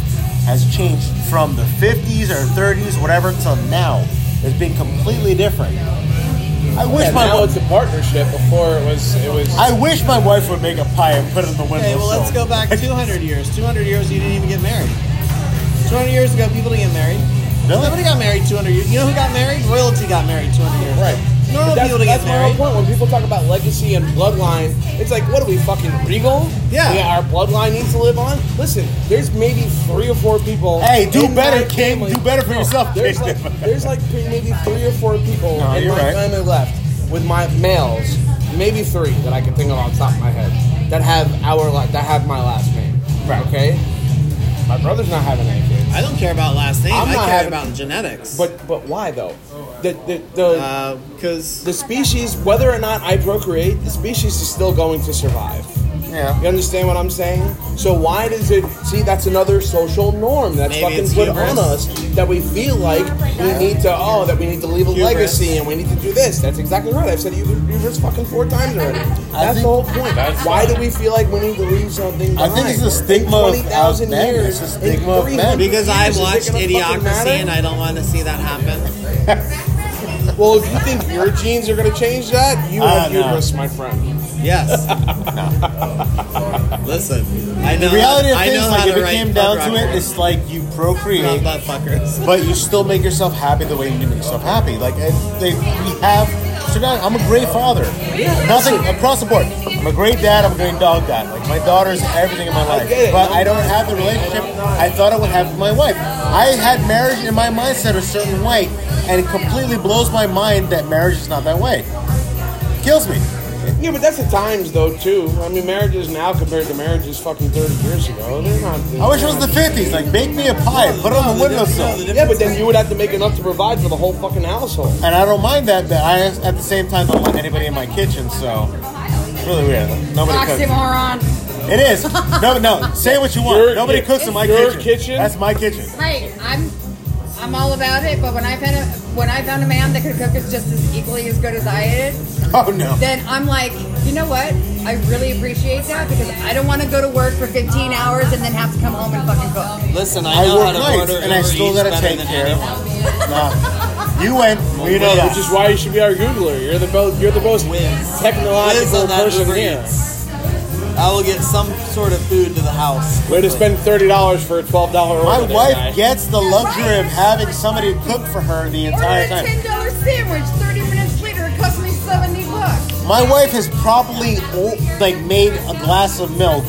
has changed from the 50s or 30s, whatever, till now. It's been completely different. I wish
Yeah,
my
now it's
wife,
a partnership. Before it was, it was.
I wish my wife would make a pie and put it in the window.
Okay, well, let's
*laughs*
go back 200 years. 200 years, you didn't even get married. 200 years ago, people didn't get married.
Really?
Nobody got married 200 years. You know who got married? Royalty got married 200 years.
Right.
ago. Normal
But that's
people to get
that's my whole
married.
point. When people talk about legacy and bloodline, it's like, what are we fucking regal?
Yeah.
our bloodline needs to live on. Listen, there's maybe three or four people.
Hey, do
in
better,
my
King.
family-
Do better for yourself,
*laughs* There's
King.
like, there's like three- maybe three or four people
No,
in
you're
my
right.
family left with my males, maybe three that I can think of off the top of my head that have our la- that have my last name. Right. Okay. My brother's not having any kids.
I don't care about last name.
I'm
I
not
care
having-
about genetics.
But but why though? The the,
Uh,
the
because
the species, whether or not I procreate, the species is still going to survive.
Yeah.
You understand what I'm saying? So why does it? See, that's another social norm that's
Maybe it's
fucking put
hubris.
on us that we feel like we need to. Oh, that we need to leave a
Hubris.
legacy and we need to do this. That's exactly right. I've said you hubris fucking four times already. That's
think-
the whole point.
That's-
why do we feel like we need to leave something?
I think it's
behind?
the stigma of-
Twenty thousand
of men. It's
years.
the stigma of men.
Because I watched Idiocracy and
I.
I don't want to see that happen.
Well, if you think your genes are going to change that, you
I
have
don't know.
hubris, my
*laughs*
friend.
Yes. Listen, I know.
The reality of
I
things,
know
like
how
if
to
it
write
came
butt
down to
rockers.
it, it's like you
Not *laughs*
procreate,
butt fuckers.
but you still make yourself happy the way you make yourself happy. Like it, they, we have. So now I'm a great father. Nothing across the board. I'm a great dad. I'm a great dog dad. Like my daughter's everything in my life,
get it.
but I don't have the relationship I thought I would have with my wife. I had marriage in my mindset a certain way, and it completely blows my mind that marriage is not that way. Kills me.
Yeah, but that's the times though too. I mean, marriages now compared to marriages fucking thirty years ago, they're not.
I wish it was the 50s. Like bake me a pie, put it on the windowsill.
Yeah, but then you would have to make enough to provide for the whole fucking household.
And I don't mind that, but I at the same time don't want anybody in my kitchen, so it's really weird. Nobody cooks.
Oxymoron.
It is. No, no. Say what you want.
Your-
Nobody
your-
cooks in my
your
kitchen.
kitchen?
That's my kitchen.
Right. I'm I'm all about it, but when I found a when I found a man that could cook as just as equally as good as I did,
Oh no.
then I'm like, you know what? I really appreciate that because I don't want to go to work for 15 hours and then have to come home and fucking cook.
Listen, I
I
know how
work
to
nights
order
and I
Uber
still
Eats
gotta
better
take
than
care.
anyone.
No. You win. We know
Which
that.
is why you should be our Googler. You're the most. You're the most
Whiz. Whiz
technological
on that
person
Uber
here.
Eats. I will get some sort of food to the house.
Way to
quickly.
spend thirty dollars for a twelve dollar order.
My
there, guy.
wife gets the luxury of having somebody cook for her the entire time.
dollar sandwich. 30 minutes later, it cost me 70 bucks.
My wife has probably o- like made a glass of milk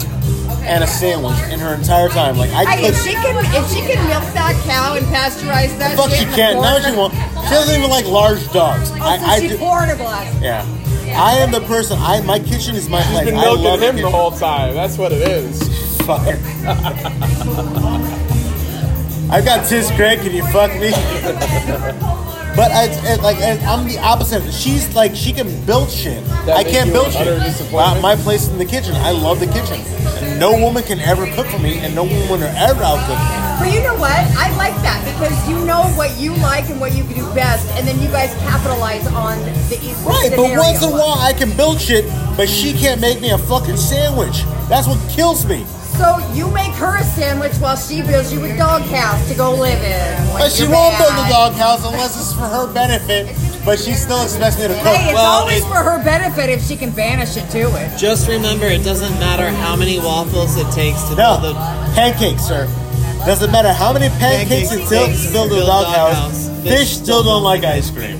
and a sandwich in her entire time. Like I
Hey,
could.
if she can, if she can milk that cow and pasteurize that,
Fuck,
shit
she Oh,
in the
can't. Now she
corner-
won't. She doesn't even like large dogs. I,
Also,
I
she
do.
poured a glass.
Yeah. I am the person. I my kitchen is my
She's
place.
been
I love
milking him
the
the whole time. That's what it is.
kitchen. Fuck. *laughs* I got tis Greg. Can you fuck me? But I, it, like I, I'm the opposite. She's like she can build shit.
That
I
make
can't
you
build
an
shit.
utter
My,
disappointment?
my place in the kitchen. I love the kitchen. And no woman can ever cook for me, and no woman will ever outcook me.
But you know what? I like that because you know what you like and what you do best, and then you guys capitalize on the easy
Right, but
scenario.
once in a while I can build shit, but she can't make me a fucking sandwich. That's what kills me.
So you make her a sandwich while she builds you a doghouse to go live in. when
But she
you're
won't build a
mad.
doghouse unless it's for her benefit. But she still expects me to
Hey, it's
cook.
Well,
always
it-
for her benefit if she can banish it to it.
Just remember, it doesn't matter how many waffles it takes to
No,
build a
pancakes, sir. Doesn't matter how many pancakes it takes to build a doghouse. Fish still don't like ice cream.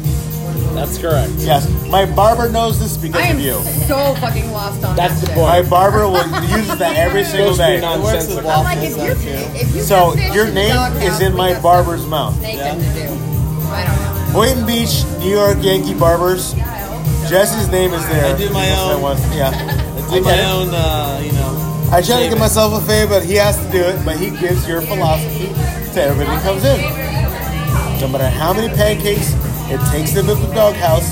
That's correct.
Yes, my barber knows this
I
because
am
of you.
so fucking lost on
That's
that
the
shit.
point.
My barber will use that every single
Supposed to be
day.
It works with
nonsensical.
I'm like, if
waffles.
you,
that's true.
if you
So
got fish
your
in the
name
doghouse,
is in
we
my
got
barber's
something
mouth.
They can do. I don't know.
Boynton Beach, New York Yankee Barbers. Jesse's name is there.
I do my
Yes, I
own.
was- Yeah.
I do
get
my
it.
own, uh, you know.
I try to
Shave
give
it.
myself a favor, but he has to do it. But he gives your philosophy to everybody that comes in. No matter how many pancakes it takes to build the doghouse,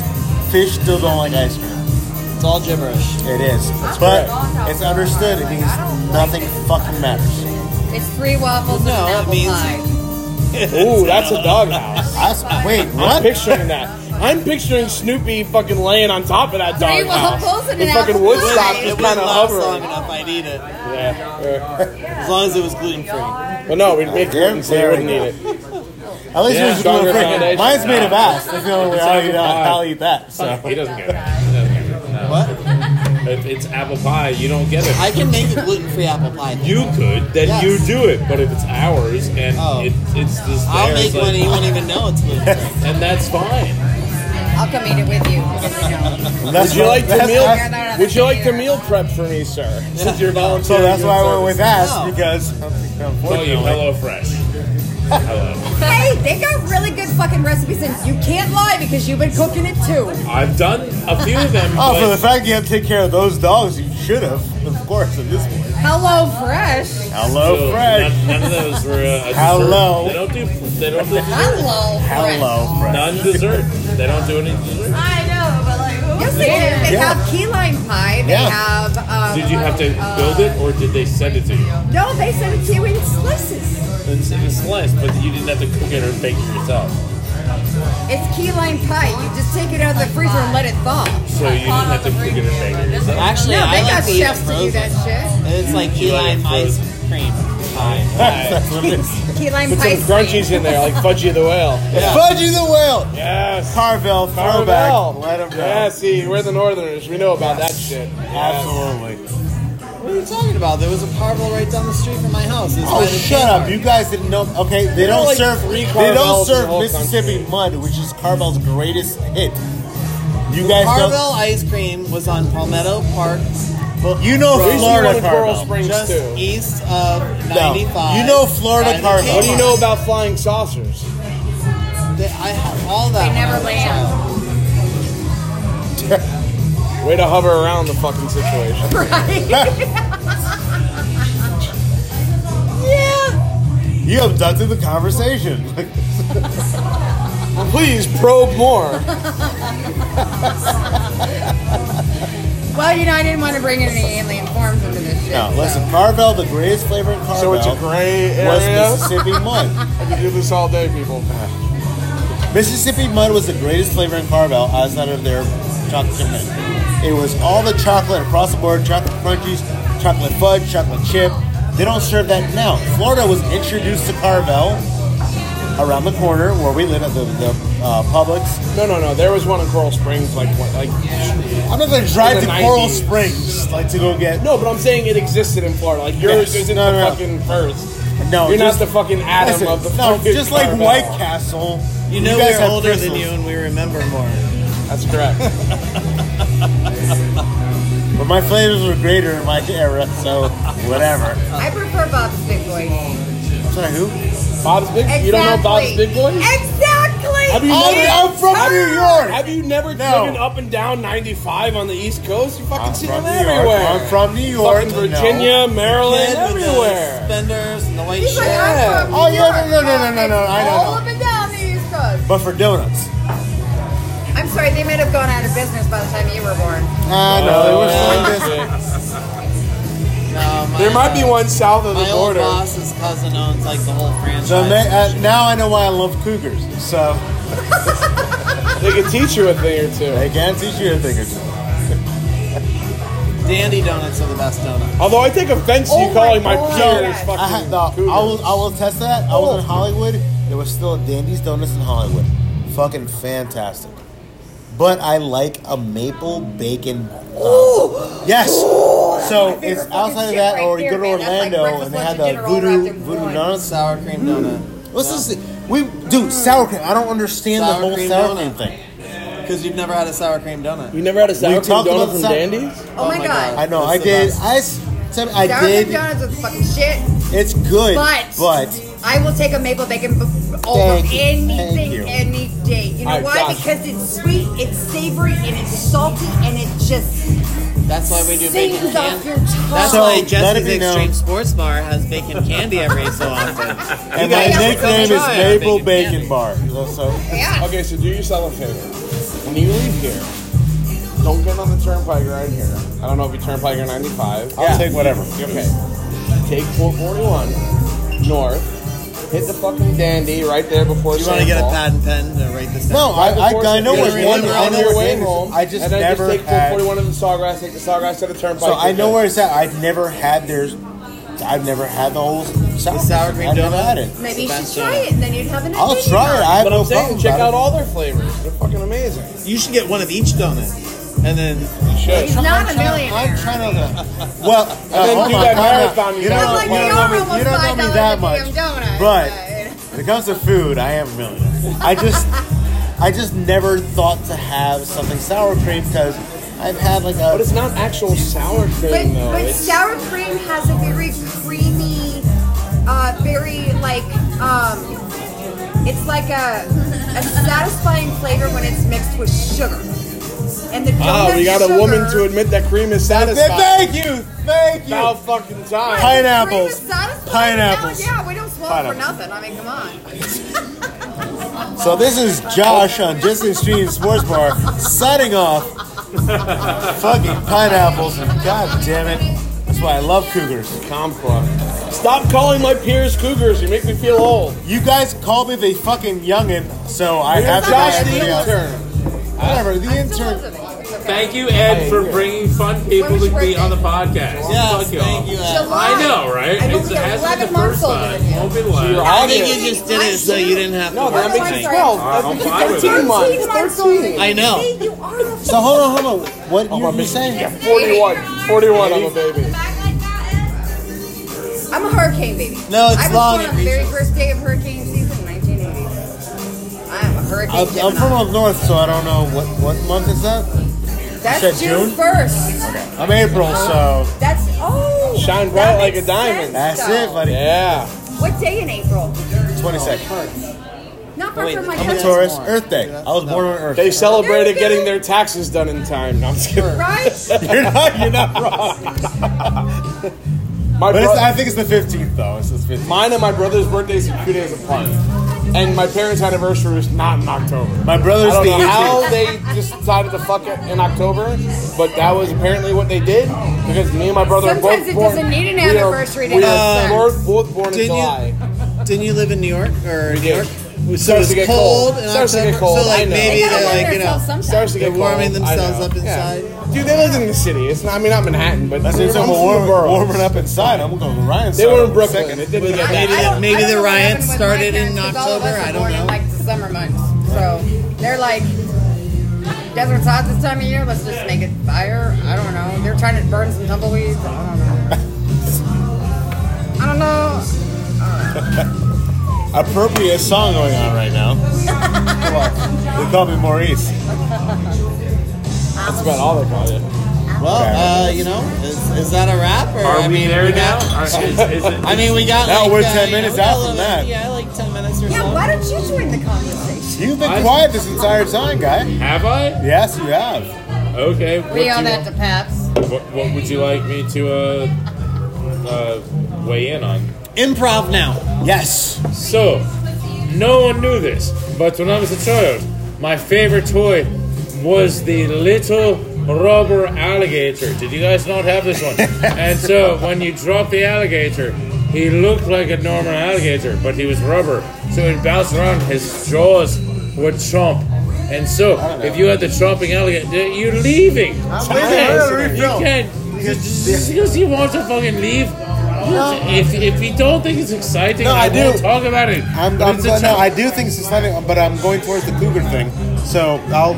fish still don't like ice cream.
It's all gibberish.
It is, but it's understood. It means nothing fucking matters.
It's three waffles
No,
and an
it
apple
means-
pie.
Ooh, that's a doghouse.
I s- wait,
I'm
what?
picturing that. I'm picturing Snoopy fucking laying on top of that
Three
doghouse.
waffles and
With
an
fucking
apple
Woodstock
pie.
just
It
kind
wouldn't
of
last long
hovering.
enough. I'd eat it
Yeah.
as long as it was gluten free.
Well, no, we'd make
There-
gluten so
there we
you wouldn't
go.
need it.
At least
Yeah,
there's
stronger
no
foundation.
frick. Mine's made of ass. That's the only way I'll eat, I'll eat that. So.
He doesn't get it. He doesn't get it. No.
What?
If it's apple pie, you don't get it.
I can make a gluten free apple pie. Though.
you could, then
Yes.
you do it. But if it's ours and
Oh.
it, it's just
I'll
there,
make
it's like-
one and you won't even know *laughs* it's gluten
*laughs*
free.
and that's fine.
I'll come eat it with you.
That's
Would you
what-
like to
that's-
meal?
that's-
no, no,
Would you
that's
like to
me.
meal prep for me, sir? Since you're
*laughs*
volunteering.
So that's why I went with ass
No.
because
Call you
unfortunately,
Hello Fresh. Hello.
hey, they got really good fucking recipes, and you can't lie because you've been cooking it too.
I've done a few of *laughs* them.
oh, for the
but
fact you have to take care of those dogs, you should have, of course, at this point.
Hello Fresh.
Hello,
still,
Fresh.
None, none of those were. Uh, a dessert.
Hello.
They don't do. They don't do dessert.
Hello
Hello, Fresh.
None dessert. They don't do any dessert.
Yes, they do. They
Yeah.
have key lime pie. They
Yeah.
have um,
Did you have to build it, or did they send it to you?
No, they sent it to you in slices.
It's in a slice, but you didn't have to cook it or bake it yourself.
It's key lime pie. You just take it out of the freezer and let it thaw.
So you didn't have to cook it or bake it yourself.
Actually,
No,
I
they
like
got
to eat it
chefs to do that
frozen.
shit.
It's like
You
key
like
lime
it
ice
frozen.
cream pie.
*laughs* That's what it is.
Key lime
Put
pie.
some crunchies in there, like Fudgy
*laughs*
the Whale.
Fudgy the whale.
Yes.
Carvel throwback.
Carvel.
Let him go.
Yeah, see, we're the Northerners. We know about that shit.
Absolutely.
What are you talking about? There was a parvel right down the street from my house. It's by
Oh,
the
shut
Kmart.
up! You guys didn't know. Okay, they don't
like
serve.
three
They don't
Carvels in the
serve
whole
Mississippi
country.
mud, which is Carvel's greatest hit. You guys
Parvel ice cream was on Palmetto Park,
don't. You know
At least we went
Florida
to Coral
Carvel.
Springs
just
too.
east of
No.
95.
You know Florida
by the
Carvel.
Kmart.
What do you know about flying saucers?
They- I have all that.
They
when I
never
was a
land.
child.
Way to hover around the fucking situation.
*laughs* You abducted the conversation. *laughs*
Please probe more.
Well, you know, I didn't want to bring in any alien forms into this shit.
no,
so.
listen, Carvel, the greatest flavor in Carvel
So it's a gray
was
area.
Mississippi mud.
I could do this all day, people.
Mississippi mud was the greatest flavor in Carvel outside of their chocolate chip mix. It was all the chocolate across the board, chocolate crunchies, chocolate fudge, chocolate chip. They don't serve that now. Florida was introduced to Carvel around the corner where we live at the, the uh, Publix.
No, no, no. There was one in Coral Springs, like, what, like.
I'm not going to drive
In
to
the
Coral
90s.
Springs like to go get
No, but I'm saying it existed in Florida. Like yours
Yes.
isn't
No,
the
no, no.
fucking first.
No,
you're
just-
not the fucking atom
Listen,
of the
no,
fucking
just like
Carvel.
White Castle.
You know
guys
we're
have
older than
crystals.
you and we remember more.
That's correct.
But my flavors were greater in my era, so whatever.
I prefer Bob's Big Boys.
I'm sorry, who?
Bob's Big.
Exactly.
You don't know Bob's Big Boy?
Exactly.
Have you
Oh,
never-
I'm from New York.
Have you never
No.
driven up and down 95 on the East Coast? You fucking see
from
them
New York.
everywhere.
I'm from New York.
fucking
No.
Virginia, Maryland,
Kid with the
everywhere.
Suspenders and the white
He's
shirt.
like, I'm from
Oh,
New
yeah, no,
York.
no, no, no, no, no, I
It's
don't
All
know.
up and down the East Coast.
But for donuts.
I'm sorry, they might have gone out of business by the time you were born.
Ah, no, they were selling
Oh,
this.
shit.
"Ah."
No, my,
There might be one south of
My
the
old
border.
boss's cousin owns like the whole franchise.
So ma- uh, now I know why I love cougars. So
They could teach you a thing or two.
they can teach you a thing or two.
Dandy donuts are the best donuts.
Although I take offense to you
Oh
calling
my
my,
God.
peers
Yes.
I,
fucking
had, no, I will. I will test that. I was in Hollywood. There was still a Dandy's Donuts in Hollywood. Fucking fantastic. But I like a maple bacon. uh, yes. so it's outside of
shit
that,
right
or you
there,
go to
man. That's like
Orlando
breakfast,
and they
lunch,
had
and
the
dinner all wrapped
voodoo
in
voodoo
one.
donuts.
Sour cream donut.
What's this? We dude sour cream. I don't understand
Sour
the whole
cream
sour
donut.
cream thing.
Because you've never had a sour cream donut.
You never had a sour cream
talked about
donut from
sour-
Dandy's?
Oh, my God.
I know.
It's
I
the
did.
best.
I s- said I
Sour cream
did.
donuts are the fucking shit.
It's good,
But,
but
I will take a maple bacon b- over
Thank you. Thank
anything,
you.
any day. You know
All right,
why?
Josh.
Because it's sweet, it's savory, and it's salty, and it just
That's why we do bacon
sings off
candy.
your tongue.
That's
So,
why
let it
Jesse's
be known-
Extreme Sports Bar has bacon candy every so often.
and my
guys should come
nickname is
try our
Maple
bacon
Bacon
candy.
Bar. So- so
yeah.
Okay, so do yourself a favor. When you leave here, don't get on the turnpike right here. I don't know if you turnpike or 95.
I'll take whatever.
Okay. Take 441 north. Hit the fucking dandy right there before.
You want to
Saint
get a
Paul.
pad and pen to write this down?
No, I, I,
Before
I
Saint
know
Paul.
what
You're
one.
remember
I
on
know
your
where
way
Sanders is.
home.
I just
and then
never
just take
had.
441 to the Sawgrass, take the Sawgrass to the turnpike.
So I
you're
know
good.
where it's at. I've never had theirs. I've never had the whole sour,
The sour cream
I've never
donut?
had it.
Maybe you should
Best
try
donut.
it, and then you'd have an
I'll
identity
try it. I
card.
have
But
no
I'm saying,
problem
check
about
out
it.
all their flavors. They're fucking amazing.
You should get one of each donut. And then,
Shit.
He's not a
I'm
millionaire.
trying to. Well, *laughs* uh,
then
hold
do
on,
that
calm down.
marathon
You
you
don't
got.
know,
Like,
you
you're
don't know me,
almost
you don't know me that
$5 if you
much,
have donuts,
but
but-
when it comes to food, I am a millionaire. I just, I just never thought to have something sour cream because I've had like
But
a.
it's not actual sour
But,
cream though.
but
It's-
sour cream has a very creamy, uh, very like um, it's like a a satisfying flavor when it's mixed with sugar. And the
wow,
donut
Ah, we got a
sugar,
woman to admit that cream is satisfying.
Thank you, thank you.
About fucking time.
Hi.
Cream
*laughs* Pineapples.
is satisfying.
Pineapples.
No, yeah, we don't swallow for
Pineapples.
nothing. I mean, come
*laughs*
on.
So this is Josh on Disney Stream Sports Bar signing off Fucking pineapples and god damn it. That's why I love cougars.
Comqua. Stop calling my peers cougars. You make me feel old.
You guys call me the fucking youngin', so I
You're
have to
Josh
buy
the
everybody else.
intern.
Whatever, the intern.
Thank you, Ed, for bringing fun people
Where was
to
your
be on the
birthday?
podcast.
Yes,
Fuck y'all.
thank you. Ed.
July.
I know, right?
I will
It's-
be
it hasn't been
11
the
months
first
older
time.
than you.
Won't be the last.
You're
I
on
think
it.
you just did it so you didn't have to.
No, Oh, that
worry.
makes
I'm
me
sorry.
12.
Alright, I'm
That's
fine with
13
it.
months.
months older.
I know.
See, you are the
So hold on, hold on.
Oh,
What you, you saying?
41. 41, I'm a baby.
I'm a hurricane baby.
No, it's
I was
long,
born
it
on the very
reaches.
first day of hurricane season, 1980. I am a hurricane
I'm, I'm
Gemini.
from up north, so I don't know what what month is that.
That's
said
June
June?
1st.
I'm April, so
That's, oh.
Shine
that
bright like
makes
a diamond.
sense,
that's it,
though.
buddy.
Yeah.
What day in April?
Twenty second.
Not far
Wait,
from my
I'm
Oh, I'm a
husband's
Taurus.
born.
Earth Day. I was born on Earth.
They
Day.
There
celebrated
we go.
getting their taxes done in time. No, I'm just *laughs*
*laughs*
kidding.
Right?
You're not. You're not wrong.
My
But
bro-
it's, I think it's the fifteenth, though. It's the fifteenth.
mine and my brother's birthdays are two days apart. And my parents' anniversary was not in October.
My brother's
I don't
the
know how
18th.
they just decided to fuck it in October, but that was apparently what they did because me and my brother were
Sometimes
both
it
born.
doesn't need an
we are-
anniversary to
we
have
are
sex.
both- both born in
Did you-
July.
Didn't you live in New York or New
did.
York?
It
So
starts
it's
to get
cold.
cold.
in
Starts to get
October,
cold,
So
I
like
know.
maybe
They gotta
they're
warm
like you
themselves
know.
sometimes.
Starts to get
They're warming
cold. I
themselves
know.
up
Yeah.
inside.
Dude, they lived in the city. It's not. I mean, not Manhattan, but
That's
they
it's
were
over
from the
warm,
boroughs.
warming up inside. I'm gonna go to Ryan's.
They were in
side.
Brooklyn. It didn't
Maybe
get that.
I don't-
the, maybe
I don't
the
know what
riots
happened with my
started in
parents, 'cause all of
October.
us were
I
born
don't
in,
know.
like the summer months. So they're like, desert's hot this time of year. Let's just make it fire. I don't know. They're trying to burn some tumbleweeds. I don't know. I don't know.
Appropriate song going on right
*laughs*
now. Come on. They call me Maurice.
That's about all they call it.
Well, uh, you know, is, is that a wrap? Or,
Are
I
we
mean,
there
we
now?
got-
Are- is- is it-
I mean, we got.
Now
like,
we're
uh,
10
you know,
minutes
we
out
got
from
like-
that.
Yeah, like ten minutes or so.
Yeah, why don't you join the conversation?
You've been
I-
quiet this entire time, guy.
Have I?
Yes, you have.
Okay. What, do
We
you
owe that
want,
to Paps.
what, what would you like me to uh, uh, weigh in on?
Improv now.
Yes.
So, no one knew this, but when I was a child, my favorite toy was the little rubber alligator. Did you guys not have this one? and so, when you dropped the alligator, he looked like a normal alligator, but he was rubber. So it bounced around, his jaws would chomp. And so, if you had the chomping alligator, you're leaving. You can't. You can't. Just because you want to fucking leave. If, if you don't think it's exciting,
No, I
I won't
do.
Talk about it.
I'm,
But
I'm
it's a
going, um, no,
challenge.
I do think it's exciting, but I'm going towards the cougar thing. So I'll,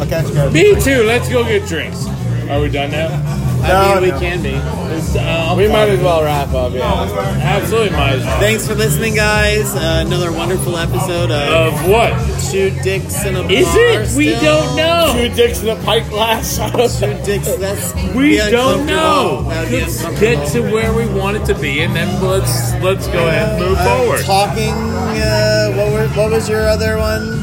I'll catch you guys.
Me too. Let's go get drinks. Are we done now?
I
No,
mean,
no.
we can be.
It's, uh,
We might as well wrap up. Yeah.
absolutely might as well.
Thanks for listening, guys. Uh, another wonderful episode of
Of what?
Two Dicks in a Bar.
Is it? We
still.
don't know.
Two dicks in a pint glass. *laughs*
Two Dicks. That's
We
be
don't
uncomfortable.
know.
That would be
Let's
uncomfortable.
get to where we want it to be, and then let's let's go ahead and move
Uh,
forward.
Talking. Uh, what were, What was your other one?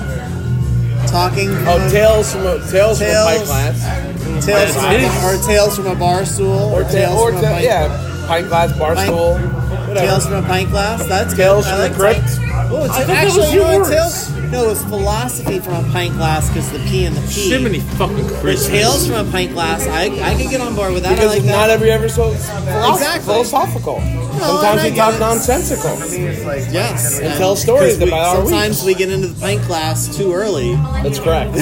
Talking.
Oh, tails from a, tails, from a pint
Tails.
glass.
Tales from
That's
a,
it.
or tales from a bar stool.
Or, tail, or
from
ta-
a pint,
yeah, pint glass, bar
Pint-
stool.
Tales from a pint glass. That's
Tails
good.
from
I
the
like
crypt.
Oh, it's
I thought that
actually
was
no,
yours.
it's tales. No, it's philosophy from a pint glass because the P and the P.
Jiminy fucking
But
Christmas.
tales from a pint glass. I I could get on board with that.
Because
I like
not
that.
every episode is philo-
Exactly. Oh,
philosophical.
and
Sometimes
I
we talk
guess-
nonsensical.
yes,
And tell stories
'cause we-
about our
Sometimes we get into the pint glass too early.
That's
*laughs*
correct.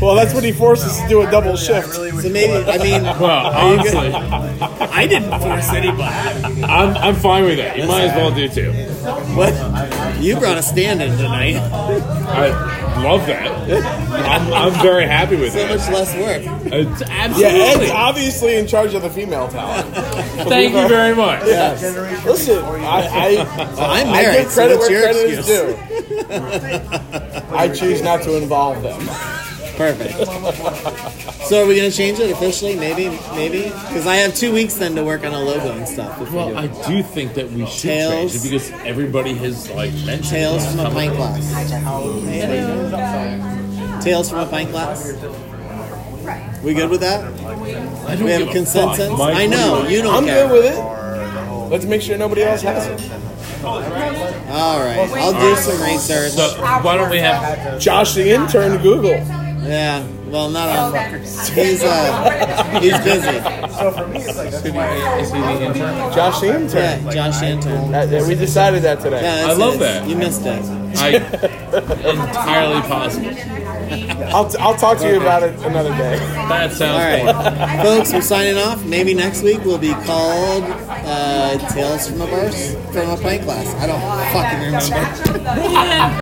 well, that's when he forces us to do a double shift.
So maybe I mean
Well,
*laughs*
honestly,
I didn't force anybody.
I'm, I'm fine with that. You might as well do too.
What? You brought a stand in tonight.
I love that. I'm, I'm very happy with
So *laughs*
it.
much less work.
It's
Yeah, Ed's
absolutely.
obviously in charge of the
*laughs*
female talent.
Thank you very much.
Listen, I, I,
I'm
I
married.
give
so
credit
what's
where
your
credit
excuse?
is due. I choose not to involve them.
Perfect. so are we gonna change it officially? Maybe, maybe, because I have two weeks then to work on a logo and stuff. If we
Well,
do.
I do think that we should
Tails.
change it because everybody has like mentioned
Tales
it.
from a pint glass. Tales from a pint glass. We good with that?
I don't
We have
give
a
a
consensus.
fuck, Mike.
I know you don't
I'm
care.
good with it. Let's make sure nobody else has it.
All right, I'll do some research.
So why don't we have
Josh the intern Google.
Yeah, Well, not on records. He's uh, he's busy.
So for me, it's like that's
Is he the intern?
Josh the intern.
Yeah, Josh Anton.
That- that- we decided that today.
Yeah,
I
it's-
love
it's-
that.
You missed it. *laughs*
I entirely possible.
I'll, t- I'll talk to you about it another day.
That
All
sounds fun.
right, folks, we're signing off. Maybe next week will be called uh, "Tales from a Burst from a Pint Glass." I don't fucking remember.